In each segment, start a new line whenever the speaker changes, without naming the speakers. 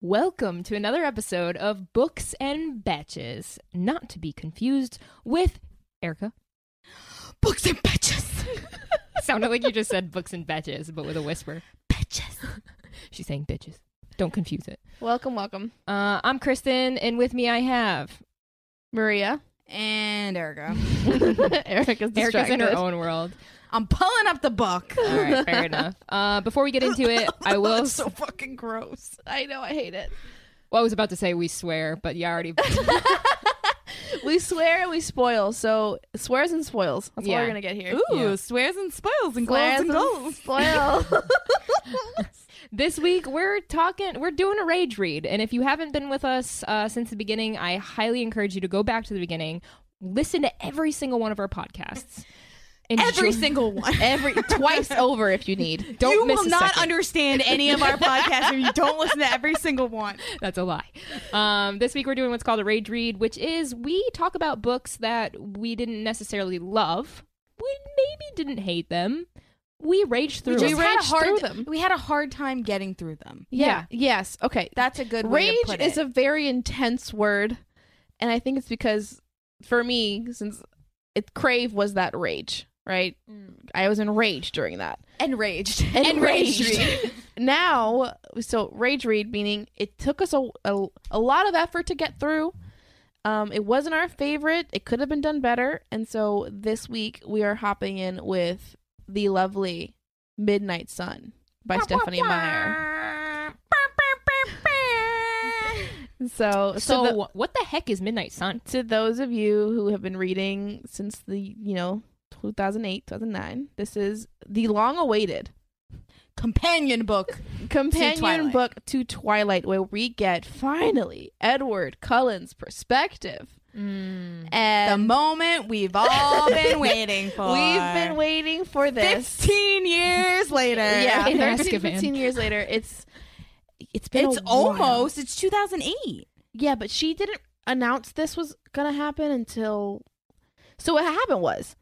Welcome to another episode of Books and Batches, not to be confused with Erica.
Books and Batches.
Sounded like you just said books and batches, but with a whisper.
Batches.
She's saying bitches. Don't confuse it.
Welcome, welcome.
Uh, I'm Kristen, and with me I have
Maria. And Erica.
Erica's Erica's in her
Um, distracted.
own world.
I'm pulling up the book.
All right, fair enough. Uh, before we get into it, I will.
That's so fucking gross. I know, I hate it.
Well, I was about to say we swear, but you already.
we swear and we spoil. So swears and spoils. That's all
Yeah.
we're gonna get here.
Ooh,
Yeah.
swears and spoils and
Swears
gloves and goals.
spoil.
this week we're talking we're doing a rage read and if you haven't been with us uh, since the beginning i highly encourage you to go back to the beginning listen to every single one of our podcasts and
Every single one.
Every twice over if you need.
don't
you
miss
will
a
not
second.
understand any of our podcasts if you don't listen to every single one.
That's a lie. Um, this week we're doing what's called a rage read, which is we talk about books that we didn't necessarily love. We maybe didn't hate them. We raged through.
just
them.
had a hard-
We had a hard time getting through them.
Yeah. Yes. Okay.
That's a good way
Rage
to put
is
it.
a very intense word, and I think it's because for me, since it crave was that rage, right?
Mm.
I was enraged during that.
enraged.
Enraged. now, so rage read meaning it took us a, a, a lot of effort to get through. Um, it wasn't our favorite. It could have been done better. And so this week we are hopping in with the lovely Midnight Sun by Stephanie Meyer. So, so,
So,
the-
what the heck is Midnight Sun?
to those of you who have been reading since the, you know, 2008, 2009, this is the long awaited
Companion book.
companion
Twilight.
book to Twilight, where we get finally Edward Cullen's perspective,
Mm.
The
and
moment we've all been waiting for.
we've been waiting for this.
15 years later.
yeah,
In
13,
Azkaban.
15 years later, it's it's been
It's
a while.
almost, it's 2008.
yeah, but she didn't announce this was gonna happen until. So what happened was,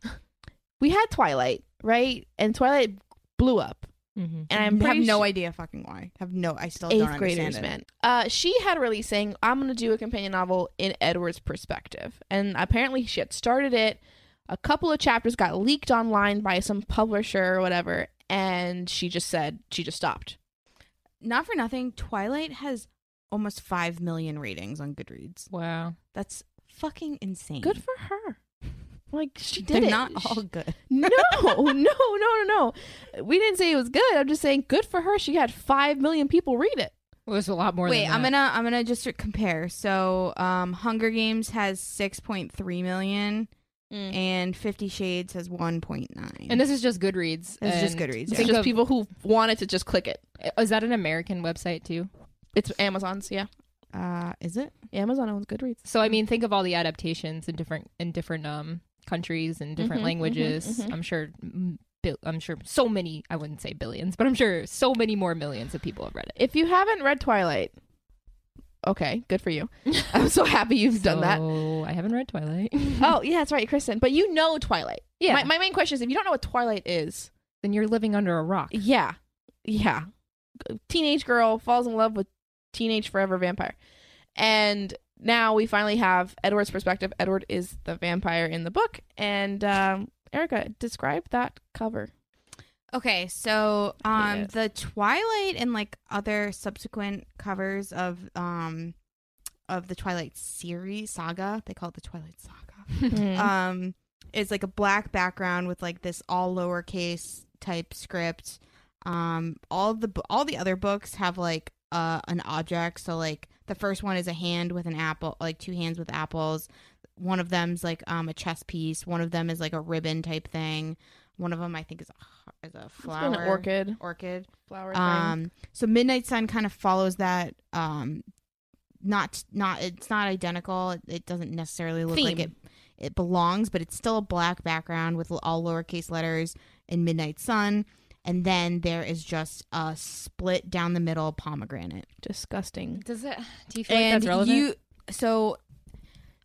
we had Twilight, right, and Twilight blew up,
Mm-hmm.
and I'm
have
pretty
no
su-
idea fucking why. Have no, I still don't
eighth
understand
graders,
it.
man. Uh, she had a release saying, "I'm going to do a companion novel in Edward's perspective," and apparently she had started it. A couple of chapters got leaked online by some publisher or whatever, and she just said she just stopped.
Not for nothing, Twilight has almost 5 million ratings on Goodreads.
Wow.
That's fucking insane.
Good for her. Like she did
They're
it.
not all good.
no, no, no, no, no. We didn't say it was good. I'm just saying good for her. She had five million people read it.
Well, there's a lot more.
Wait,
than
I'm
that.
gonna I'm gonna just compare. So, um, Hunger Games has 6.3 million,
Mm.
and Fifty Shades has 1.9.
And this is just Goodreads.
This is just
and
Goodreads,
It's
yeah.
think
just
of-
people who wanted to just click it.
Is that an American website too?
It's Amazon's, yeah.
uh, is it?
Amazon owns Goodreads.
So I mean, think of all the adaptations in different in different um countries and different
Mhm,
languages.
mhm, mhm.
I'm sure. mm, bil- I'm sure so many. I wouldn't say billions, but I'm sure so many more millions of people have read it.
If you haven't read Twilight, okay, good for you. I'm so happy you've done that.
So I haven't read Twilight.
Oh, yeah, that's right, Kristen. But you know Twilight.
yeah.
My, my main question is if you don't know what Twilight is,
then you're living under a rock.
yeah, yeah. Teenage girl falls in love with teenage forever vampire. And now we finally have Edward's perspective. Edward is the vampire in the book. And um, Erica, describe that cover.
Okay, so um
Yeah.
the Twilight and like other subsequent covers of um of the Twilight series saga, they call it the Twilight saga.
Uh,
Mm-hmm.
Um is like a black background with like this all lowercase type script. Um all the bo- all the other books have like uh an object, so like the first one is a hand with an apple, like two hands with apples. One of them's like um a chess piece, one of them is like a ribbon type thing. One of them I think is a, is a flower
It's got an orchid.
orchid.
Flower
Um, so Midnight Sun kind of follows that. Um, not not it's not identical. It, it doesn't necessarily look like it
Theme.
it belongs, but it's still a black background with l- all lowercase letters and Midnight Sun. And then there is just a split down the middle pomegranate.
Disgusting.
Does it? Do you feel like
And
that's relevant?
you so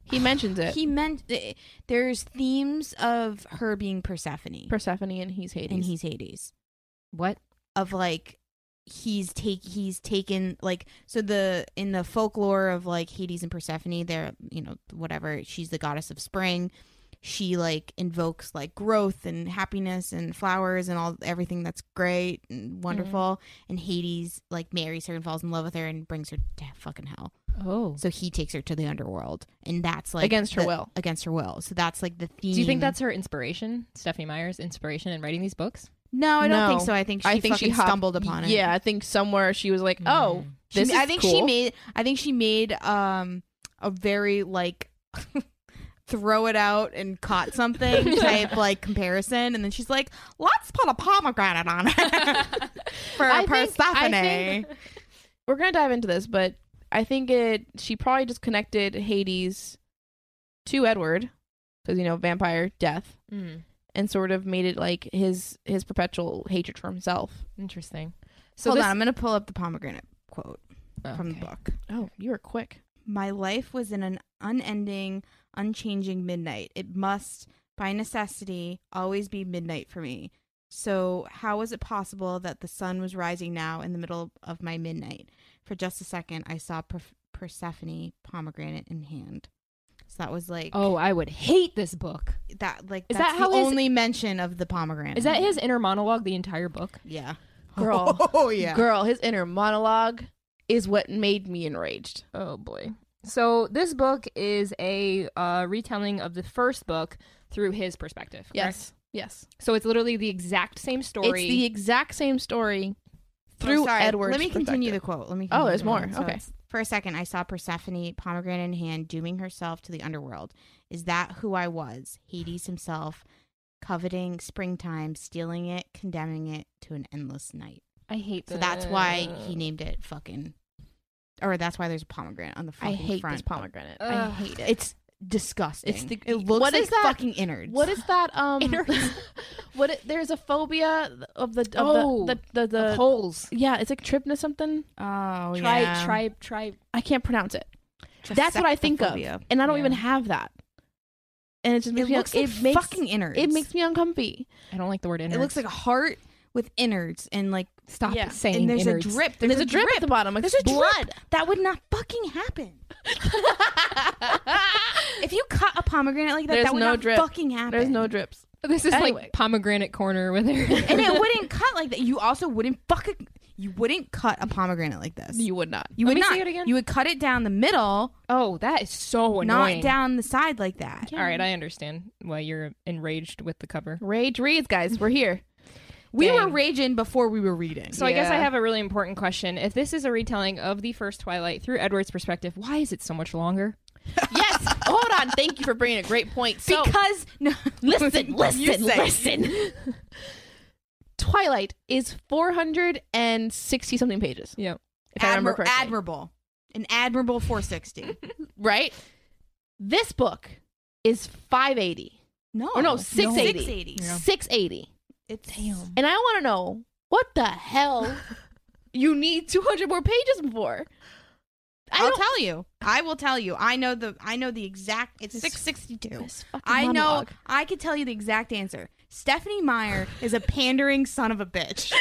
He mentions it.
he meant eh, there's themes of her being Persephone
Persephone and he's Hades.
and he's Hades
what?
of like he's take he's taken like so the in the folklore of like Hades and Persephone, they're you know whatever she's the goddess of spring. She like invokes like growth and happiness and flowers and all everything that's great
Mm-hmm.
and wonderful. And Hades like marries her and falls in love with her and brings her to fucking hell.
Oh.
So he takes her to the underworld, and that's like
Against her
the-
will.
Against her will. So that's like the theme.
Do you think that's her inspiration, Stephanie Meyer's inspiration in writing these books?
no? I don't
No.
think so. I think she
I think
fucking
she hopped-
stumbled upon it.
Yeah, I think somewhere she was like, "Oh,
She-
this is
I think she
cool.
made. I think she made um a very like throw it out and caught something type like comparison, and then she's like, "Let's put a pomegranate on
Mm.
it for a
I think-
Persephone."
I think- we're gonna dive into this, but I think it she probably just connected Hades to Edward because you know vampire death
Mm,
and sort of made it like his his perpetual hatred for himself.
interesting. So
Hold
this,
on, I'm gonna pull up the pomegranate quote from the
okay.
book.
Oh, you were quick.
My life was in an unending, unchanging midnight. It must, by necessity, always be midnight for me. So, how was it possible that the sun was rising now in the middle of my midnight? For just a second, I saw per- Persephone, pomegranate in hand. So that was like
Oh, I would hate this book.
that like
Is
that's
that how
the
his-
only mention of the pomegranate.
Is that his inner monologue the entire book?
Yeah,
Girl.
Oh yeah.
Girl, his inner monologue is what made me enraged.
Oh boy. So this book is a uh, retelling of the first book through his perspective. correct?
Yes. Yes.
So it's literally the exact same story.
It's the exact same story
Oh,
through
sorry.
Edward's
Let me continue the
perspective.
quote. Let me.
Oh, there's
continue the
more.
quote.
Okay.
it's, For a second, I saw Persephone, pomegranate in hand, dooming herself to the underworld. Is that who I was? Hades himself, coveting springtime, stealing it, condemning it to an endless night.
I hate.
So that's why he named it fucking, or that's why there's a pomegranate on the
I
fucking
hate
front.
this pomegranate.
Ugh.
I hate it. It's disgusting.
It's the-
it looks
what
like
is that?
fucking innards.
What is that? Um,
Innards.
what? It, there's a phobia of the of
Oh,
the the, the, the
the holes.
yeah. It's like trypno something.
Oh
Try,
yeah.
try, try.
I can't pronounce it, That's what I think of.
Tryptophobia.
and I don't
Yeah.
even have that. And it just
It
makes me
looks
it
like
makes
fucking innards.
it makes me uncomfy.
I don't like the word innards.
It looks like a heart with innards and like
Stop
Yeah.
saying
and there's
innards.
a drip.
There's, a, drip, at the bottom. Like
There's a
blood.
drip. That would not fucking happen. If you cut a pomegranate like that,
There's
that would
no
not
drip.
fucking happen.
There's no drips.
This is
Anyway.
like pomegranate corner with her.
and it wouldn't cut like that. You also wouldn't fucking. You wouldn't cut a pomegranate like this.
You would not.
You
Let
would
me
not.
see it again.
You would cut it down the middle,
oh, that is so annoying.
not down the side like that.
All right, I understand why you're enraged with the cover.
Rage reads, guys. We're here.
We
Dang.
were raging before we were reading.
So I guess I
Yeah.
have a really important question. If this is a retelling of the first Twilight through Edward's perspective, why is it so much longer?
yes. Hold on. Thank you for bringing a great point. So
because no,
listen,
You
listen,
say.
listen. Twilight is 460 something pages.
Yeah.
If I remember
Admir-
correctly.
admirable, an admirable 460.
right? This book is 580.
no,
Or Oh, no, 680.
680.
Yeah.
680.
It's
And I want to know what the hell you need 200 more pages before. I
I'll
don't-
tell you. I will tell you. I know the I know the exact it's
This-
662.
This fucking
I know
monologue.
I could tell you the exact answer. Stephanie Meyer is a pandering son of a bitch.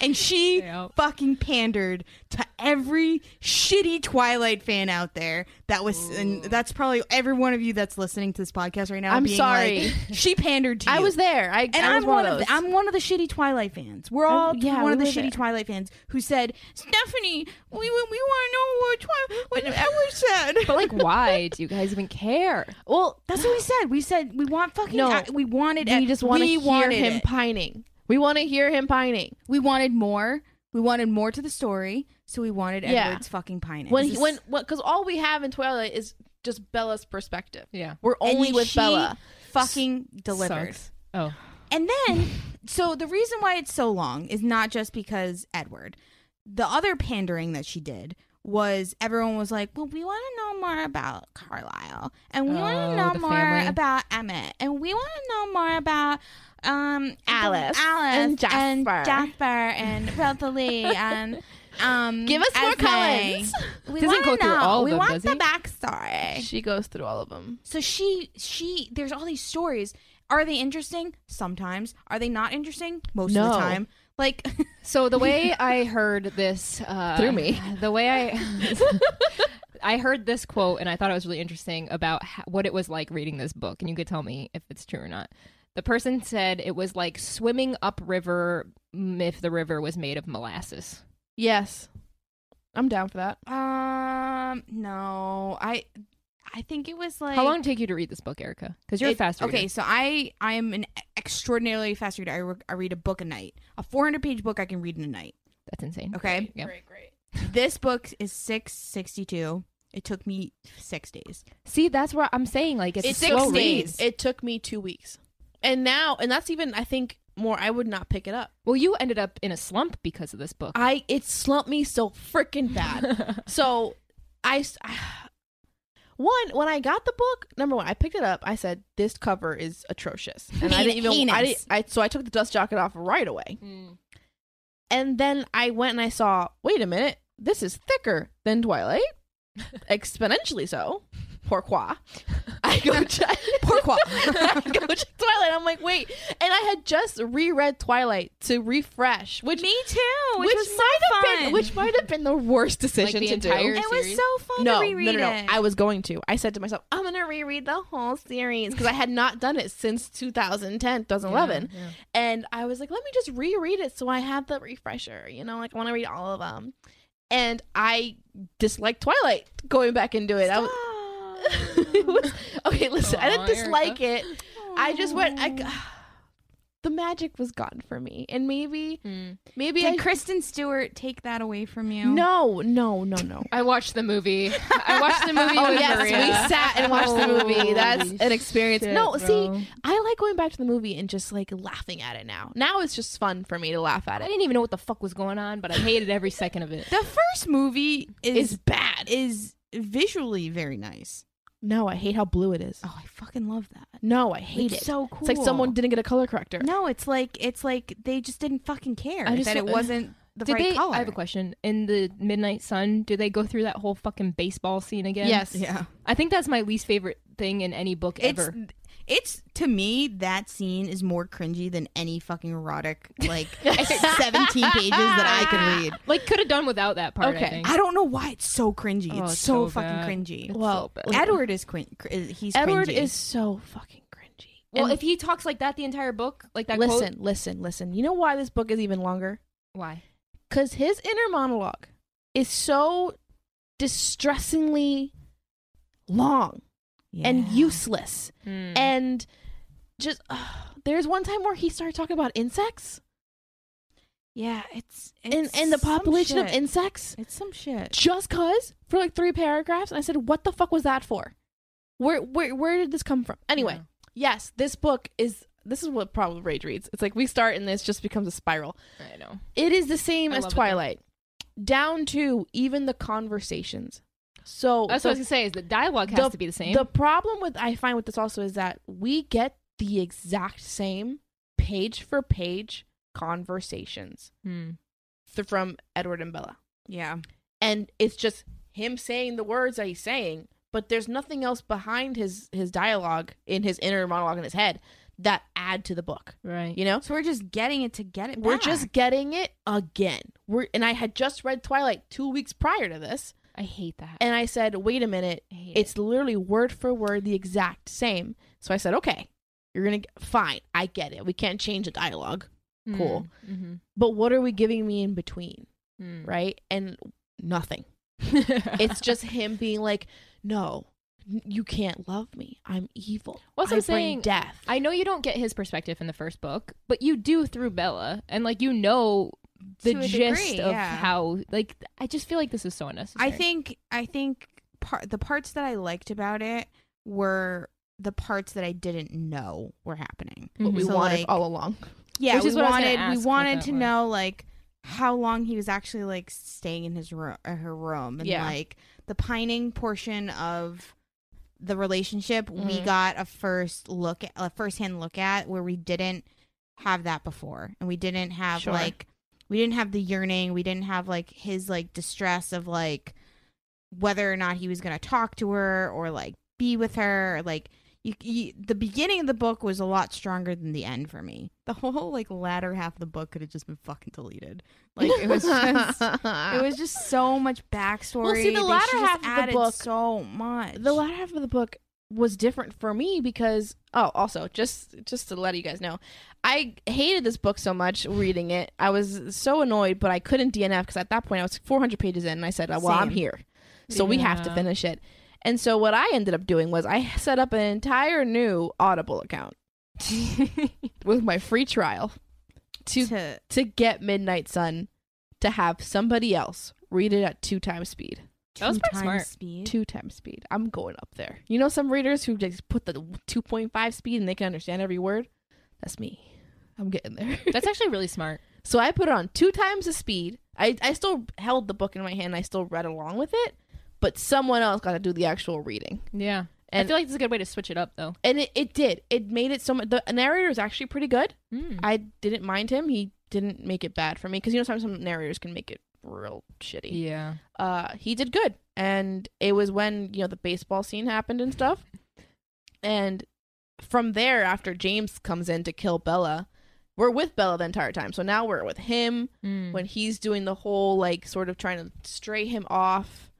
and she
Yep.
fucking pandered to every shitty Twilight fan out there. That was and that's probably every one of you that's listening to this podcast right now.
I'm
being
sorry.
like, she pandered to you.
I was there. I,
And
I was
I'm
one,
one of
those.
the, I'm one of the shitty Twilight fans. We're all
Oh, yeah,
one of
we
the
were
shitty
there.
Twilight fans who said, "Stephanie, we we want to know what Twilight what Edward said."
But like, why do you guys even care?
well,
That's what we said. We said we want fucking.
No.
I- we wanted. e,
we just want to
we
hear
wanted
him
it.
pining. We want to hear him pining.
We wanted more. We wanted more to the story, so we wanted
Yeah.
Edward's fucking pining.
When
This-
when what? Because all we have in Twilight is just Bella's perspective.
Yeah.
We're
and
only with
she
Bella.
fucking delivered.
Sucks. Oh.
And then, so the reason why it's so long is not just because Edward. The other pandering that she did was everyone was like, well, we want to know more about Carlisle, and we want
Oh,
to know
the
more
family.
about Emmett, and we want to know more about um
Alice
Alice,
and
and
Jasper."
Jasper, and Rosalie, and um,
Give us more
Esme.
Collins.
We
Doesn't
wanna
go through
know.
all of
we
them,
want
does
the
he?
backstory.
She goes through all of them.
So she she there's all these stories. Are they interesting? Sometimes. Are they not interesting? Most
No.
of the time. Like
So the way I heard this uh,
Through me.
the way I I heard this quote and I thought it was really interesting about ho- what it was like reading this book, and you could tell me if it's true or not. The person said it was like swimming upriver mm, if the river was made of molasses.
Yes. I'm down for that.
um no, I I think it was like
How long did it take you to read this book, Erica? Because you're
It-
a fast reader.
Okay, so I I am an extraordinarily fast reader. I, re- I read a book a night, a 400 page book I can read in a night.
that's insane.
Okay,
Yeah.
Great, great.
this book is 662. It took me six days.
See, that's where I'm saying like it's,
It's
a
six
slow
days.
read.
It took me two weeks. And now and that's even I think more I would not pick it up.
Well, you ended up in a slump because of this book.
I it slumped me so freaking bad. so I s- one when I got the book, number one, I picked it up. I said this cover is atrocious, and I didn't even. I,
Heinous.
didn't, I so I took the dust jacket off right away,
Mm.
and then I went and I saw. Wait a minute, this is thicker than Twilight, exponentially so. Pourquoi? I go check. Pourquoi? I go check Twilight. I'm like, wait, and I had just reread Twilight to refresh, which
Me too.
which, might have been which might have been the worst decision
the
to
entire
do.
it was
series?
so fun
No,
to
no, no,
reread
no.
it.
I was going to. I said to myself, I'm gonna reread the whole series because I had not done it since 2010, 2011,
Yeah, yeah.
and I was like, let me just reread it so I have the refresher. You know, like I want to read all of them. And I disliked Twilight going back into it. I was, it was okay. Listen, I
Aw,
didn't dislike it. I just went. I, the magic was gone for me, and maybe,
Mm.
maybe I
Did Kristen Stewart take that away from you?
no, no, no, no.
I watched the movie. I watched the movie.
Oh
with
yes,
Maria.
we sat and watched the movie. That's
Holy
an experience.
shit,
no,
bro.
see, I like going back to the movie and just like laughing at it now. Now it's just fun for me to laugh at
I
it.
didn't even know what the fuck was going on, but I hated every second of it.
The first movie
It's
is
bad.
is visually very nice.
no, I hate how blue it is.
Oh, I fucking love that.
No, I hate
it's
it.
so cool.
It's like someone didn't get a color corrector.
No, it's like it's like they just didn't fucking care
I just
that it
wa-
wasn't the
Did
right
they?
color.
I have a question. In the Midnight Sun, do they go through that whole fucking baseball scene again?
Yes.
Yeah,
I think that's my least favorite thing in any book
it's
ever.
it's to me that scene is more cringy than any fucking erotic like seventeen pages that I could read.
Like could have done without that part. I
Okay.
think.
I don't know why it's so cringy.
Oh,
it's
it's
so,
so
fucking
bad.
cringy.
Well,
so
like,
Edward is crin- cr- is- he's
Edward
cringy.
is so fucking cringy.
well,
And
if he talks like that the entire book, like that. quote-
listen, listen, listen. You know why this book is even longer?
why?
because his inner monologue is so distressingly long and
Yeah. Mm.
useless
Hmm.
and just ugh. there's one time where he started talking about insects
yeah, it's, it's
and, and the
some
population of
shit.
insects
it's some shit.
just cause for like three paragraphs and i said what the fuck was that for where where, where did this come from anyway
Yeah.
yes this book is this is what probably rage reads it's like we start and this just becomes a spiral
I know.
It is the same
I
as
love it, though.
Twilight, down to even the conversations. So
That's
Oh, the,
what I was gonna say. Is the dialogue has
the-
to be the same?
the problem with I find with this also is that we get the exact same page for page conversations
Hmm.
th- from Edward and Bella,
Yeah,
and it's just him saying the words that he's saying, but there's nothing else behind his his dialogue in his inner monologue in his head that add to the book.
Right.
You know,
so we're just getting it to get it.
we're
back.
just getting it again. We're and I had just read Twilight two weeks prior to this,
I hate that.
and I said, "Wait a minute,
I hate
it's literally word for word the exact same." So I said, "Okay, you're gonna get, fine. I get it. We can't change the dialogue,
it.
cool.
Mm,
but what are we giving me in between,
mhm, mm.
right?" And nothing. It's just him being like, "No, n- you can't love me. I'm evil.
What's
I
I'm
bring
saying-
Death.
I know you don't get his perspective in the first book, but you do through Bella, and like you know the
To a
gist
degree,
of
yeah.
how. Like I just feel like this is so
I
unnecessary.
think I think part the parts that I liked about it were the parts that I didn't know were happening.
what we
Mm-hmm.
So,
wanted
like-
all along."
Yeah,
Which
we
is what I was gonna
wanted
ask
we
what
wanted
that
to
was.
know like how long he was actually like staying in his room or her room and
Yeah.
like the pining portion of the relationship we
Mm-hmm.
Mhm.
got a first look at a first hand look at where we didn't have that before and we didn't have
Sure.
like we didn't have the yearning we didn't have like his like distress of like whether or not he was going to talk to her or like be with her or, like you, you the beginning of the book was a lot stronger than the end for me. The whole like latter half of the book could have just been fucking deleted. Like it was just it was just so much backstory.
Well, see, the
They
latter
should just
half of the
added
book-
so much.
the latter half of the book was different for me because oh also just just to let you guys know i hated this book so much reading it i was so annoyed but i couldn't dnf because at that point i was 400 pages in and i said well i'm
Same.
here so we have to
Yeah.
finish it and so what i ended up doing was i set up an entire new audible account with my free trial to
to
to get midnight sun to have somebody else read it at two times speed
That was
two
pretty
times
smart.
Speed.
two times speed. I'm going up there. You know some readers who just put the 2.5 speed and they can understand every word? That's me. I'm getting there.
That's actually really smart.
so I put it on two times the speed. I, I still held the book in my hand. and I still read along with it, but someone else got to do the actual reading.
Yeah. I
And-
feel like this is a good way to switch it up, though.
And it, it did. It made it so much. The narrator is actually pretty good.
Mm.
I didn't mind him. He didn't make it bad for me because you know sometimes some narrators can make it real shitty.
Yeah.
uh, he did good. And it was when, you know, the baseball scene happened and stuff. And from there, after James comes in to kill Bella, we're with Bella the entire time. So now we're with him
Mm.
when he's doing the whole, like, sort of trying to stray him off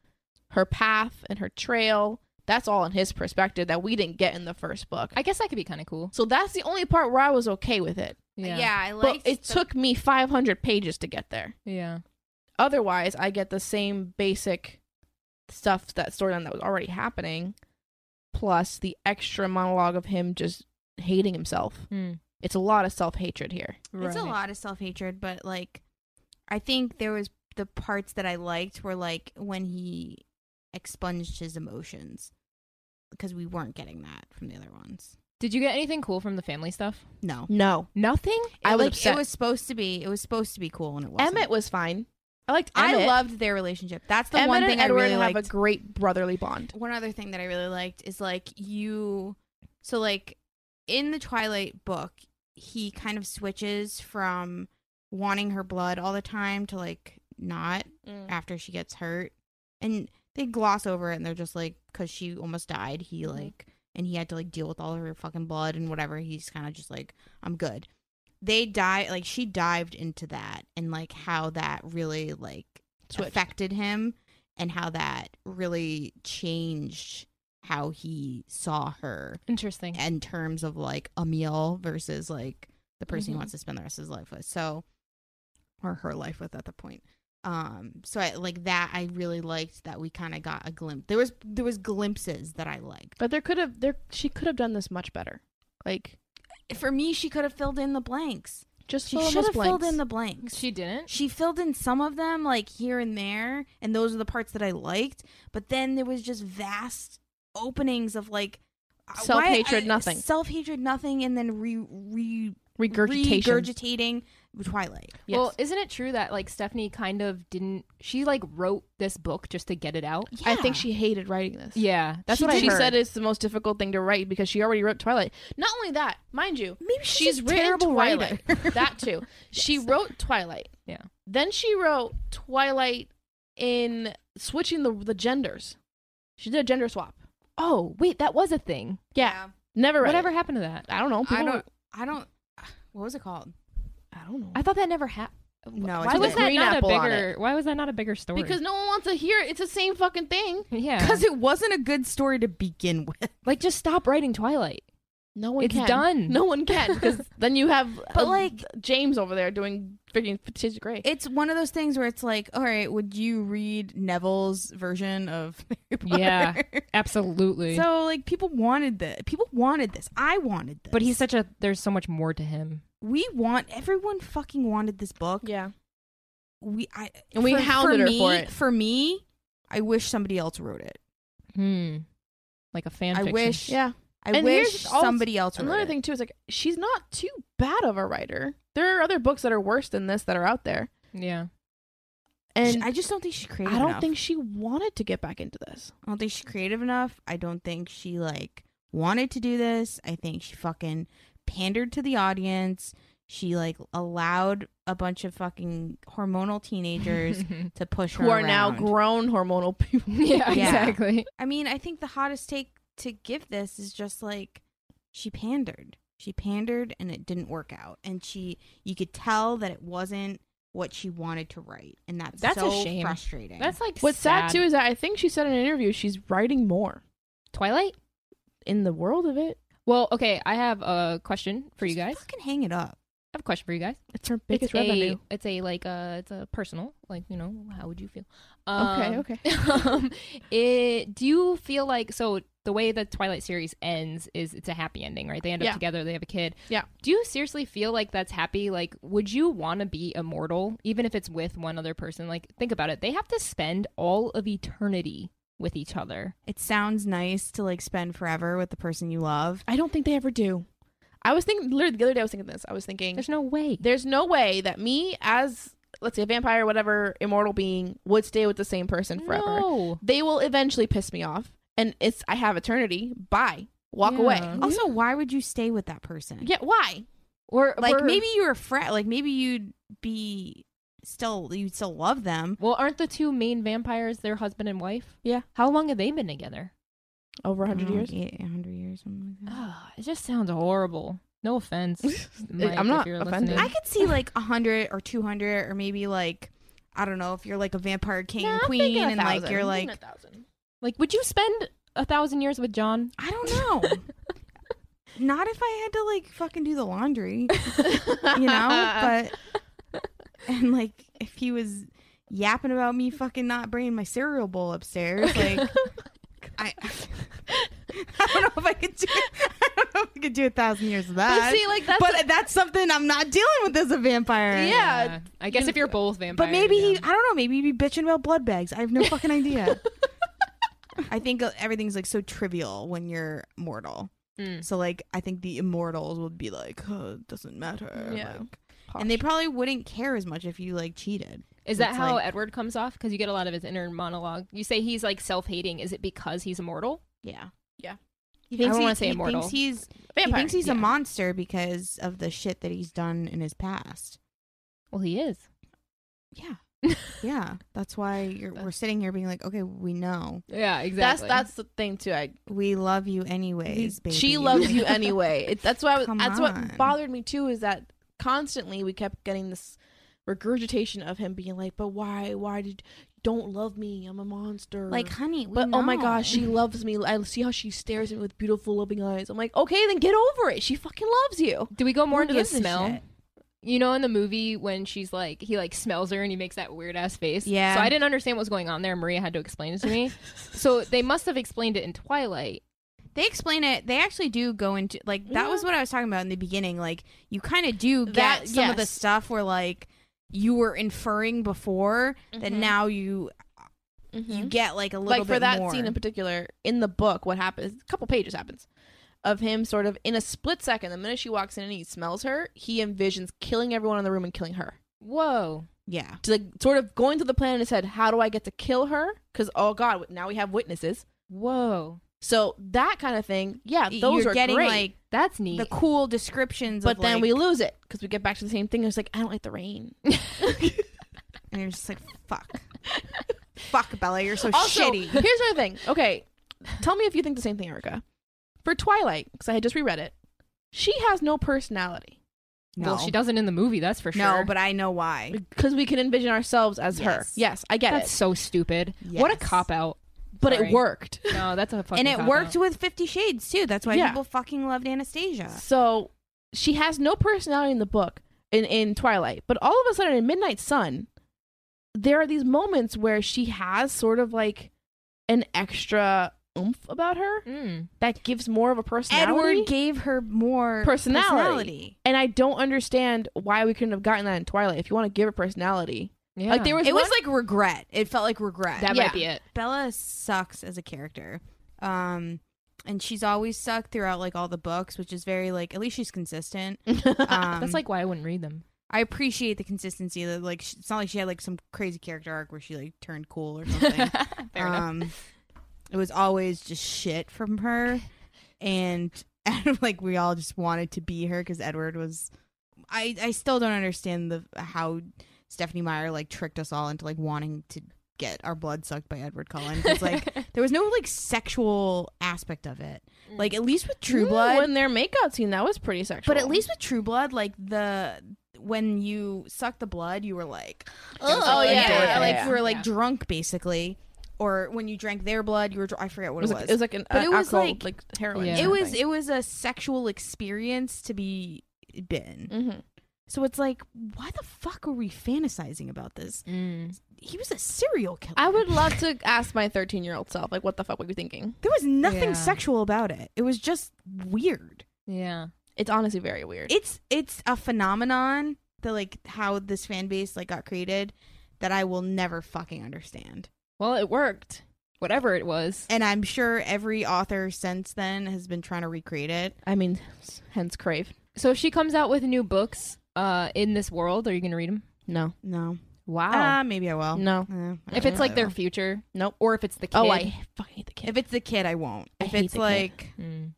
her path and her trail. That's all in his perspective that we didn't get in the first book.
I guess that could be kind of cool.
So that's the only part where I was okay with it.
Yeah.
I
But
like
it took me 500 pages to get there
Yeah.
otherwise i get the same basic stuff that storyline that was already happening plus the extra monologue of him just hating himself
Mm.
it's a lot of self-hatred here
It's a
Right.
lot of self hatred, but like, I think there was the parts that I liked were like when he expunged his emotions because we weren't getting that from the other ones.
Did you get anything cool from the family stuff?
No,
no
Nothing.
I
It,
was
like,
upset.
It was supposed to be. It was supposed to be cool, and it wasn't.
emmett was fine i liked
I
emmett.
loved their relationship. That's the
emmett
one
and
thing I
edward
really
have
liked.
a great brotherly bond
one other thing that I really liked is like you so like in the Twilight book, he kind of switches from wanting her blood all the time to like not after she gets hurt. And they gloss over it and they're just like cuz she almost died, he
Mhm.
like and he had to like deal with all of her fucking blood and whatever. He's kind of just like I'm good. They die like she dived into that and like how that really like
Switched.
affected him and how that really changed how he saw her
Interesting.
in terms of like a meal versus like the person
Mhm.
he wants to spend the rest of his life with. So or her life with at the point. Um so I like that I really liked that we kind of got a glimpse. There was there was glimpses that I liked.
but there could have there she could have done this much better like
For me she could have filled in the blanks.
just
She
fill in
should
those
have filled
blanks.
in the blanks.
She didn't.
she filled in some of them like here and there and those are the parts that i liked but then there was just vast openings of like uh, why-
Self-hatred,
uh,
nothing.
self-hatred nothing and then re, re
regurgitation
regurgitating twilight
yes.
Well, isn't it true that like Stephanie kind of didn't? She like wrote this book just to get it out.
i think she hated writing this
Yeah, that's
She
what I
did- She
heard.
said it's the most difficult thing to write because she already wrote Twilight. Not only that, mind you,
maybe
she's,
a
written
terrible
Twilight.
writer
that too. She wrote Twilight.
Yeah.
Then she wrote Twilight in switching the the genders. She did a gender swap.
Oh wait, that was a thing.
Yeah. Never read
Whatever
it.
happened to that?
I don't know. People,
i don't i don't what was it called
I don't know.
I thought that never happened.
No, it
why
didn't.
was that
Green
not a
apple on
bigger? Why was that not a bigger story?
because no one wants to hear it. It's the same fucking thing.
yeah,
because it wasn't a good story to begin with
like just stop writing Twilight.
No one
It's
can.
done.
No one can because then you have
But,
uh,
like-
James over there doing freaking Fifty Grey.
it's one of those things where it's like all right would you read neville's version of Harry
Yeah.
Potter?
Absolutely.
So like people wanted that. People wanted this. I wanted this.
but he's such a. There's so much more to him.
we want everyone fucking wanted this book.
Yeah.
We I
And we hounded her
me,
for it.
For me, I wish somebody else wrote it.
Hmm. Like a fan.
I
fiction.
wish.
Yeah.
I
And
wish
here's also-
somebody else wrote
Another
it.
thing too is like she's not too bad of a writer. There are other books that are worse than this that are out there,
Yeah.
Sh-
and I,
I just don't think she's creative.
don't
enough.
think she wanted to get back into this.
I don't think she's creative enough. I don't think she like wanted to do this. I think she fucking pandered to the audience. She like allowed a bunch of fucking hormonal teenagers to push her
Who are now
around.
grown hormonal people.
yeah.
Yeah.
Exactly.
I mean, I think the hottest take to give this is just like she pandered. She pandered and it didn't work out. And she you could tell that it wasn't what she wanted to write. And that's,
That's a
so
shame.
frustrating.
That's like
What's sad.
sad
too is that I think she said in an interview she's writing more
Twilight.
in the world of it.
Well, okay, I have a question for you guys.
Fucking hang it up.
I have a question for you guys.
It's her
it's
biggest revenue.
a it's a like uh it's a personal like you know how would you feel?
Okay,
Um,
okay.
um, it do you feel like so the way the Twilight series ends is it's a happy ending, right? They end
Yeah.
up together, they have a kid.
Yeah.
Do you seriously feel like that's happy? Like, would you want to be immortal even if it's with one other person? Like, think about it. They have to spend all of eternity with each other.
It sounds nice to like spend forever with the person you love.
I don't think they ever do. I was thinking literally the other day. I was thinking this. I was thinking
There's no way.
there's no way that me as let's say a vampire or whatever immortal being would stay with the same person forever
No.
they will eventually piss me off and it's i have eternity bye walk
Yeah.
away
Also, why would you stay with that person?
yeah why
Or
Like
we're-
maybe you're a friend. Like maybe you'd be still you'd still love them.
Well, aren't the two main vampires their husband and wife?
Yeah.
How long have they been together?
over 100
Mm.
years
Yeah, hundred years, something like that.
Oh, it just sounds horrible. No offense. Mike, if
I'm not
you're
offended.
listening.
I could see like a hundred or two hundred or maybe like I don't know if you're like a vampire king and queen and like you're like
Like, would you spend a thousand years with John?
I don't know. Not if I had to like fucking do the laundry, you know. But and like if he was yapping about me fucking not bringing my cereal bowl upstairs, like I. I don't know if I could do. I don't know if I could do a thousand years of that.
see, like, that's
but that's something I'm not dealing with as a vampire.
Yeah.
I guess if you're both vampires.
But maybe he,
yeah.
I don't know, maybe he'd be bitching about blood bags. I have no fucking idea. I think uh, everything's like so trivial when you're mortal.
Mm.
So, like, I think the immortals would be like, "Huh, it doesn't matter.
Yeah.
like- and they probably wouldn't care as much if you like cheated.
Is that
it's
how
like-
Edward comes off? Because you get a lot of his inner monologue. You say he's like self-hating. Is it because he's immortal?
Yeah.
Yeah.
He
I
thinks,
don't
he,
wanna say
he
immortal.
thinks he's, he
vampire
thinks he's
yeah.
a monster because of the shit that he's done in his past.
Well, he is.
Yeah. yeah. That's why you're, we're sitting here being like, okay, we know.
Yeah,
that's
exactly.
that's the thing too i
We love you anyways, baby.
she loves you anyway. It, that's why I was,
Come
that's
on.
what bothered me too is that constantly we kept getting this regurgitation of him being like, "But why? Why did you don't love me? I'm a monster."
Like, honey, we
but oh my gosh,
know.
she loves me. I see how she stares at me with beautiful, loving eyes. I'm like, okay, then get over it. She fucking loves you.
Do we go more
Who
into the
gives a
smell?
shit?
You know, in the movie when she's like, he like smells her and he makes that weird ass face.
Yeah.
So I didn't understand what was going on there. Maria had to explain it to me. so they must have explained it in Twilight.
They explain it. They actually do go into like that was what I was talking about in the beginning. Like you kind of do get
That-
some of the
yes.
stuff where like you were inferring before that now you
Mm-hmm.
you get like a little
like
bit
for that
more.
scene in particular in the book what happens a couple pages happens of him sort of in a split second the minute she walks in and he smells her he envisions killing everyone in the room and killing her
Whoa.
yeah,
to, like sort of going through the plan in his head how do i get to kill her because oh god now we have witnesses
Whoa.
so that kind of thing yeah those
you're
are
getting
great
like
That's neat.
the cool descriptions.
but
of,
then
like-
we lose it because we get back to the same thing it's like i don't like the rain
and you're just like fuck, fuck Bella, you're so
also
shitty.
here's another thing okay tell me if you think the same thing erica for twilight because i had just reread it she has no personality
No,
Well, she doesn't in the movie, that's for sure.
no, but I know why.
because we can envision ourselves as her.
Yes.
Yes, I get
that's
it,
so stupid. What a
Yes.
cop out.
but
Sorry.
it worked.
No, that's a fucking
And it
cop
worked
out.
with Fifty Shades too. That's why
Yeah.
people fucking loved Anastasia.
So she has no personality in the book in in Twilight, but all of a sudden in Midnight Sun, there are these moments where she has sort of like an extra oomph about her
Mm.
that gives more of a personality.
Edward gave her more
Personality.
personality.
and I don't understand why we couldn't have gotten that in Twilight. If you want to give a personality,
Yeah.
like there was,
It was
one-
like regret. It felt like regret.
that
yeah.
might be it.
Bella sucks as a character. Um and she's always sucked throughout like all the books, which is very like at least she's consistent. Um,
that's like why I wouldn't read them.
I appreciate the consistency that like sh- it's not like she had like some crazy character arc where she like turned cool or something.
Fair enough.
um it was always just shit from her and, and like we all just wanted to be her cuz Edward was I I still don't understand the how Stephanie Meyer like tricked us all into like wanting to get our blood sucked by Edward Cullen. 'cause, like there was no like sexual aspect of it.
Mm.
Like at least with True
Ooh,
Blood,
in their makeout scene that was pretty sexual.
but at least with True Blood, like the when you suck the blood, you were like,
was,
oh
like,
yeah,
endorphins.
like
Yeah.
you were like
Yeah.
drunk basically, or when you drank their blood, you were dr- I forget
it
what
was,
it
like, it was like an
But
uh,
it was,
alcohol,
like-
like, heroin.
Yeah.
it was it was a sexual experience to be been.
hmm
So it's like, why the fuck are we fantasizing about this?
Mm.
He was a serial killer.
I would love to ask my 13 year old self, like, what the fuck were you thinking?
There was nothing
Yeah.
sexual about it. It was just weird.
Yeah.
It's honestly very weird.
It's it's a phenomenon that like how this fan base like got created that I will never fucking understand.
Well, it worked. Whatever it was.
And I'm sure every author since then has been trying to recreate it.
I mean, hence crave.
So if she comes out with new books uh, in this world, are you going to read them?
No,
No.
Wow.
Ah, maybe I will.
no.
Eh, I
if
don't
it's like
know.
their future.
Oh. Nope.
Or if it's the kid.
Oh, I fucking hate the kid.
if it's the kid, I won't.
I
If
hate
it's
the kid.
like
Mm.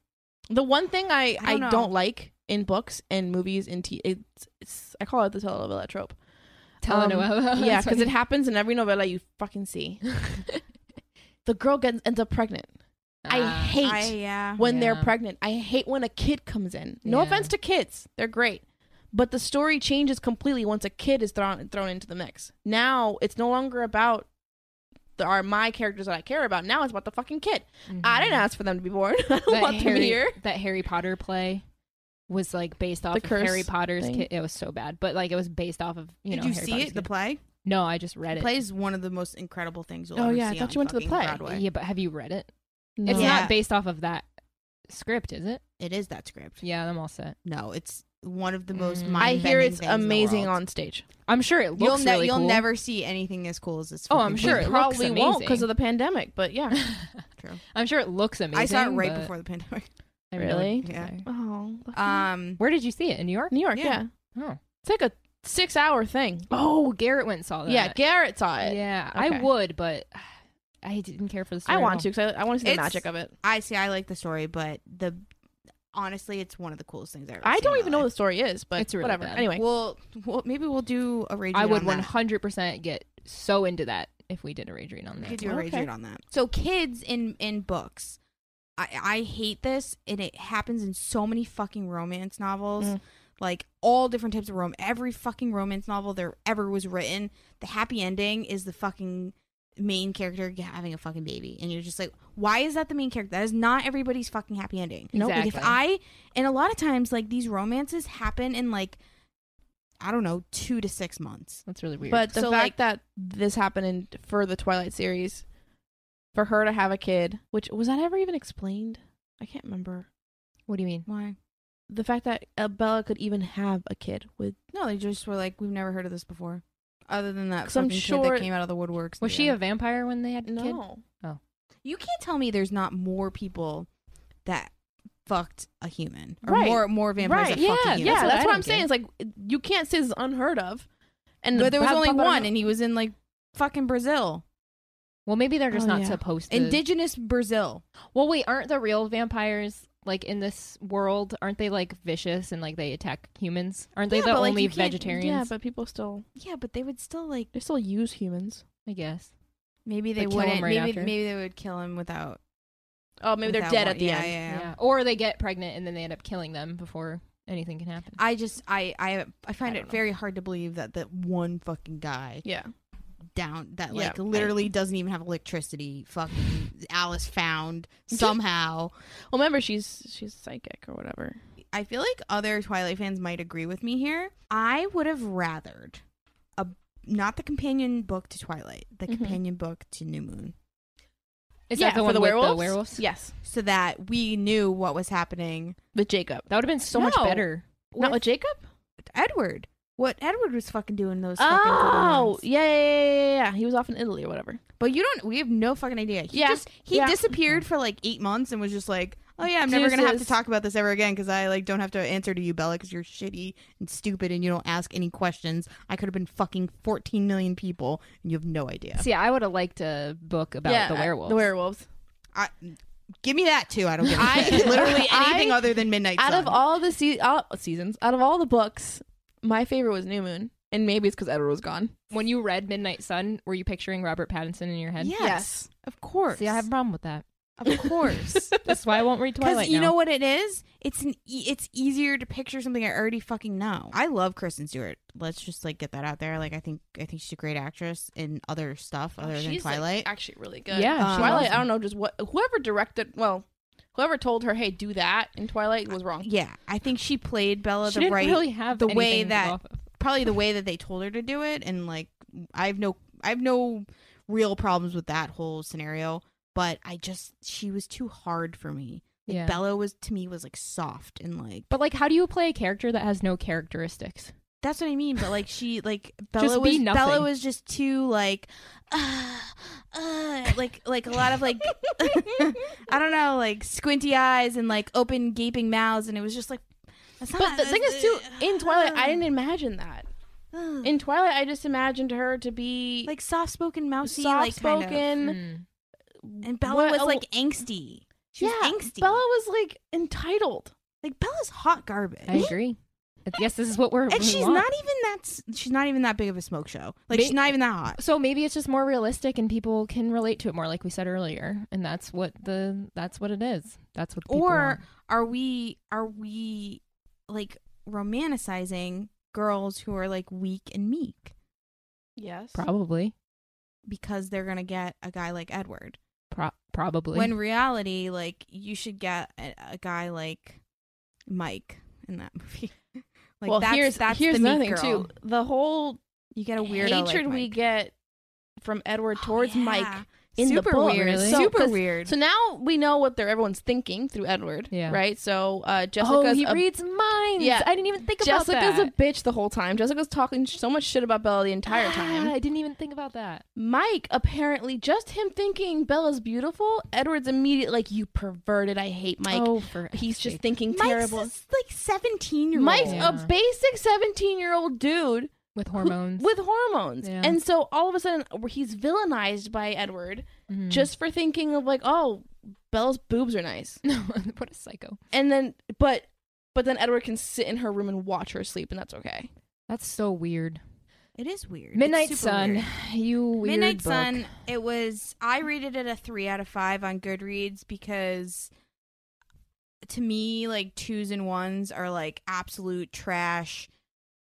The one thing I
I
I
don't
don't,
know.
like in books and movies and t- it's, it's I call it the telenovela trope.
Telenovela.
yeah,
That's
because it
funny.
happens in every novella you fucking see. the girl gets ends up pregnant. I
Ah.
hate
I Oh, yeah.
when they're
Yeah. pregnant.
pregnant. I hate when a kid comes in. No
Yeah.
offense to kids, they're great. But the story changes completely once a kid is thrown thrown into the mix. Now it's no longer about the, are my characters that I care about. Now it's about the fucking kid. I
Mm-hmm.
didn't ask for them to be born. I don't
that
want
Harry,
them here.
That Harry Potter play was like based off
The
of Harry
curse
Potter's.
thing.
Ki- it was so bad, but like it was based off of you
Did
know.
you
Harry
see
Potter's
it? The
kid.
play?
no, I just read
The
it.
play is one of the most incredible things you'll
Oh,
ever
yeah, I
see
thought
on
you went to
fucking
the play.
Broadway.
Yeah, but have you read it? It's
Yeah.
not based off of that script, is it?
It is that script.
Yeah, I'm all set.
No, it's one of the most.
Mm.
I hear
mind-bending
it's
things in the
amazing
world.
on stage.
I'm sure it looks
You'll ne-
really
you'll
cool.
never see anything as cool as this.
Oh,
fucking
I'm
thing.
sure
we
it
probably
looks
won't because
amazing.
of the pandemic. But yeah,
True.
I'm sure it looks amazing.
I saw it right
but
before the pandemic.
I have no
Really?
idea.
oh,
Um,
Where did you see it? In New York?
New York,
yeah.
yeah.
Oh,
it's like a six hour thing.
oh Garrett went and saw that.
Yeah, Garrett saw it.
yeah. I
Okay.
would, but I didn't care for the story.
I
at
want
all.
to because I, I want to see the
It's-
magic of it.
I see. I like the story, but the honestly, it's one of the coolest things I've ever.
I
seen
don't
in
even
my
know what the
life.
story is, but
It's really
whatever.
bad.
Anyway,
Well, well, maybe we'll do a rage.
I
read
would
on that.
100% get so into that if we did a rage read on
We
that.
could do a rage
Okay.
read on that. So kids in in books, I I hate this, and it happens in so many fucking romance novels.
Mm.
Like all different types of rom, every fucking romance novel there ever was written, the happy ending is the fucking main character having a fucking baby, and you're just like, why is that the main character? That is not everybody's fucking happy ending.
Nope.
Like, if
Exactly.
I and a lot of times like these romances happen in like I don't know two to six months.
That's really weird.
but the
So,
fact
like-
that this happened in, for the Twilight series, for her to have a kid, which was that ever even explained? I can't remember.
what do you mean?
Why?
The fact that uh, Bella could even have a kid with
No, they just were like, we've never heard of this before. Other than that,
'Cause I'm
fucking kid
sure-
that came out of the woodworks.
Was
at the
she a
end.
vampire when they had a kid?
no.
You can't tell me there's not more people that fucked a human, or
Right.
more more vampires
Right.
that fucked a
Yeah,
human.
Yeah,
That's what
that's,
I
what,
don't
I'm saying.
get.
It's like you can't say this is unheard of. And
But there was
how-
only
how about
one,
no-
and he was in like fucking Brazil,
Well, maybe they're just
Oh,
not
yeah.
supposed to.
indigenous Brazil.
well, wait, aren't the real vampires like in this world? Aren't they like vicious and like they attack humans? Aren't they
Yeah,
the
but, like,
only
you can't-
vegetarians?
yeah, but people still
Yeah, but they would still like
they still use humans.
I guess.
maybe they
Like, kill him
wouldn't
right
maybe
after.
maybe they would kill him without
Oh, maybe they're
without
dead
wa-
at the
yeah,
end.
Yeah,
Yeah.
yeah.
Or they get pregnant and then they end up killing them before anything can happen.
I just I I I find it
I don't know.
very hard to believe that that one fucking guy
Yeah.
down that
Yeah,
like literally doesn't even have electricity. Fucking Alice found somehow.
Well, remember she's she's psychic or whatever.
I feel like other Twilight fans might agree with me here. I would have rathered a not the companion book to Twilight, the
Mhm.
companion book to New Moon,
Is
yeah,
that the
for
one
the
with
werewolves?
the werewolves?
Yes,
so that we knew what was happening.
with Jacob.
That would have been so much
No.
better.
Not
with
with Jacob.
Edward, what Edward was fucking doing those. fucking couple
Oh,
months.
yeah, yeah, yeah, yeah, yeah. He was off in Italy or whatever.
but you don't. We have no fucking idea. He
Yeah.
just he
Yeah.
disappeared for like eight months and was just like. Oh yeah, I'm never gonna have to
Deuces.
talk about this ever again because I like don't have to answer to you, Bella, because you're shitty and stupid and you don't ask any questions. I could have been fucking 14 million people and you have no idea.
See, I would have liked a book about
yeah,
the
uh,
werewolves.
The werewolves.
I, give me that too. I don't give a
I-
shit. literally anything
I-
other than Midnight
Out
Sun.
of all the se- all, seasons, out of all the books, my favorite was New Moon, and maybe it's because Edward was gone.
When you read Midnight Sun, were you picturing Robert Pattinson in your head?
Yes, of course.
See, I have a problem with that.
of course.
That's why I won't read
Because
Twilight.
you
now.
know what it is? It's an e- it's easier to picture something I already fucking know. I love Kristen Stewart. Let's just like get that out there. Like I think I think she's a great actress Oh, in other stuff other than
like,
Twilight.
actually really good.
Yeah,
Um,
she
Twilight.
was.
I don't know, just what whoever directed. Well, whoever told her, "Hey, do that" in Twilight was wrong.
yeah, I think she played Bella
she
the
didn't
right,
really have
the way
anything to go
that-
off of.
probably the way that they told her to do it, and like I've no I've no real problems with that whole scenario. But I just she was too hard for me. Like,
Yeah.
Bella was to me was like soft and like
But like, how do you play a character that has no characteristics?
That's what I mean. But like she, like Bella
Just be
was
nothing.
Bella was just too like, uh, uh, like like a lot of like I don't know, like squinty eyes and like open gaping mouths, and it was just like. That's not,
But the thing is, too, in Twilight, I didn't
Um.
imagine that.
didn't
In Twilight, I just imagined her to be
like soft spoken, mousy, like
soft
kind
spoken.
Mm.
of. And Bella
What
was
a-
like angsty. She was
yeah,
angsty.
Bella was like entitled.
like Bella's hot garbage.
I agree. yes, this is what we're.
And
we
she's
want.
not even that. s- She's not even that big of a smoke show. Like
May-
she's not even that hot.
So maybe it's just more realistic, and people can relate to it more, like we said earlier. And that's what the that's what it is. That's what. People
or are we are we like romanticizing girls who are like weak and meek
Yes.
want. probably,
because they're gonna get a guy like edward
Pro- probably.
when reality like you should get a, a guy like mike in that movie like
well,
that's
here's
that's
here's
the
another
meek
thing
girl.
too. The whole
you get a weirdo like
hatred we
Mike.
get from Edward
Oh,
towards
yeah.
Mike in
super
the book.
weird
Really?
So,
super
'cause-
weird
So now we know what they're everyone's thinking through Edward.
Yeah.
Right. So uh, Jessica's
oh, he
a-
reads minds.
Yeah.
I didn't even think about that.
Jessica's a bitch the whole time. Jessica's talking so much shit about Bella the entire
Ah,
time.
I didn't even think about that.
Mike apparently just him thinking Bella's beautiful. Edward's immediate like you perverted. I hate Mike.
oh, for
He's
F's
just
sake.
thinking
mike's
terrible.
is, like 17 year old
Mike's
Yeah.
a basic seventeen year old dude
with
who-
hormones.
with hormones,
Yeah.
and so all of a sudden he's villainized by Edward
Mhm.
just for thinking of like, oh, Bella's boobs are nice.
what a psycho.
And then, but, but then Edward can sit in her room and watch her sleep, and that's okay.
That's so weird.
it is weird
Midnight
it's super
Sun.
weird.
You weird
Midnight
book.
Sun. It was I rated it a three out of five on Goodreads because to me, like twos and ones are like absolute trash.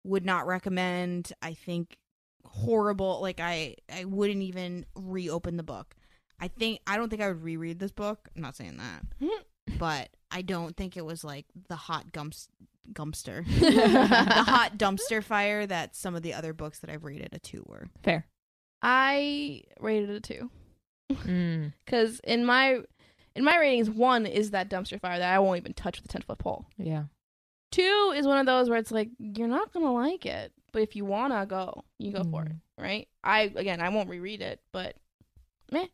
Would not recommend. I think horrible. Like I, I wouldn't even reopen the book. I think I don't think I would reread this book. I'm not saying that, but I don't think it was like the hot gumps gumpster, the hot dumpster fire that some of the other books that I've rated a two were.
Fair.
I rated it a two
Mm,
because in my in my ratings, one is that dumpster fire that I won't even touch with a ten foot pole.
yeah.
Two is one of those where it's like you're not gonna like it, but if you wanna go, you go for it,
Mm.
right? I again, I won't reread it, but meh.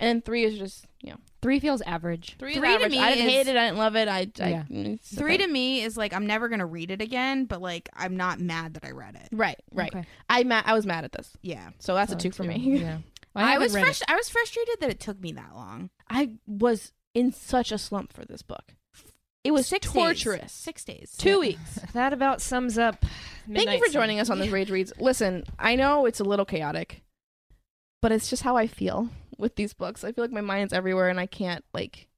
And three is just you know
Three feels average.
three.
Three
is
to
average.
me
I didn't
is-
hate it. I didn't love it. I, I
Yeah.
it's just
Three
okay.
to me is like I'm never gonna read it again, but like I'm not mad that I read it.
right, right.
Okay.
I ma- I was mad at this,
Yeah,
so that's a
Oh,
two for me.
Yeah.
I,
haven't
was
read it.
frust- I was frustrated that it took me that long.
I was in such a slump for this book. It was
Six days.
torturous.
Six days.
Two
Yeah.
weeks.
That about sums up.
Thank you for joining us on this Rage Reads. Listen, I know it's a little chaotic, but it's just how I feel with these books. I feel like my mind's everywhere and I can't like.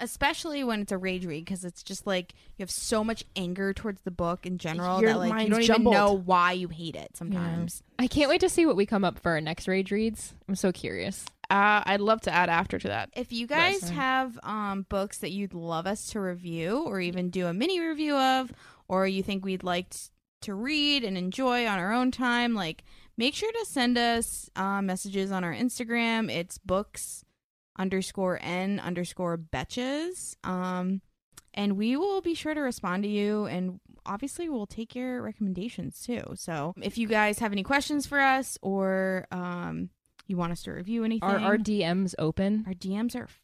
Especially when it's a rage read because it's just like you have so much anger towards the book in general
Your
that like you
mind's
don't
jumbled.
even know why you hate it sometimes.
I can't wait to see what we come up for our next rage reads. I'm so curious.
Uh, I'd love to add after to that.
If you guys
Listen.
have um, books that you'd love us to review or even do a mini review of, or you think we'd like t- to read and enjoy on our own time, like make sure to send us uh, messages on our Instagram. It's books underscore n underscore betches. Um, and we will be sure to respond to you and obviously we'll take your recommendations too. So if you guys have any questions for us or um, you want us to review anything,
Are our DMs open?
our DMs are f-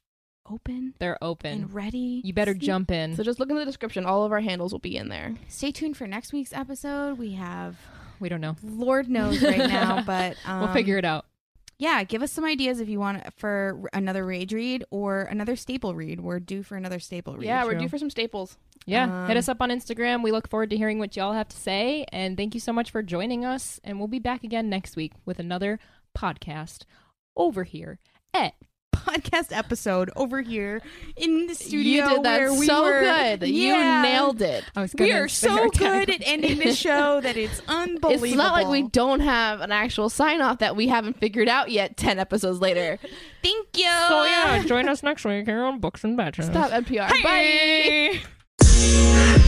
open
They're open.
and ready.
You better
Stay-
jump in.
So just look in the description. All of our handles will be in there.
Stay tuned for next week's episode. We have
We don't know.
Lord knows right now, but um,
We'll figure it out.
yeah, give us some ideas if you want for r- another rage read or another staple read. We're due for another staple read.
yeah, we're
true.
due for some staples.
Yeah. Hit
Um,
us up on Instagram. We look forward to hearing what y'all have to say. And thank you so much for joining us. And we'll be back again next week with another podcast over here at
podcast episode over here in the studio.
you did that
where we
so
were-
good.
Yeah.
You nailed it.
I was
We are so good at ending the show that it's unbelievable.
It's not like we don't have an actual sign off that we haven't figured out yet 10 episodes later.
Thank you.
So yeah, join us next week here on Books and Batches.
Stop NPR. Bye.
Bye.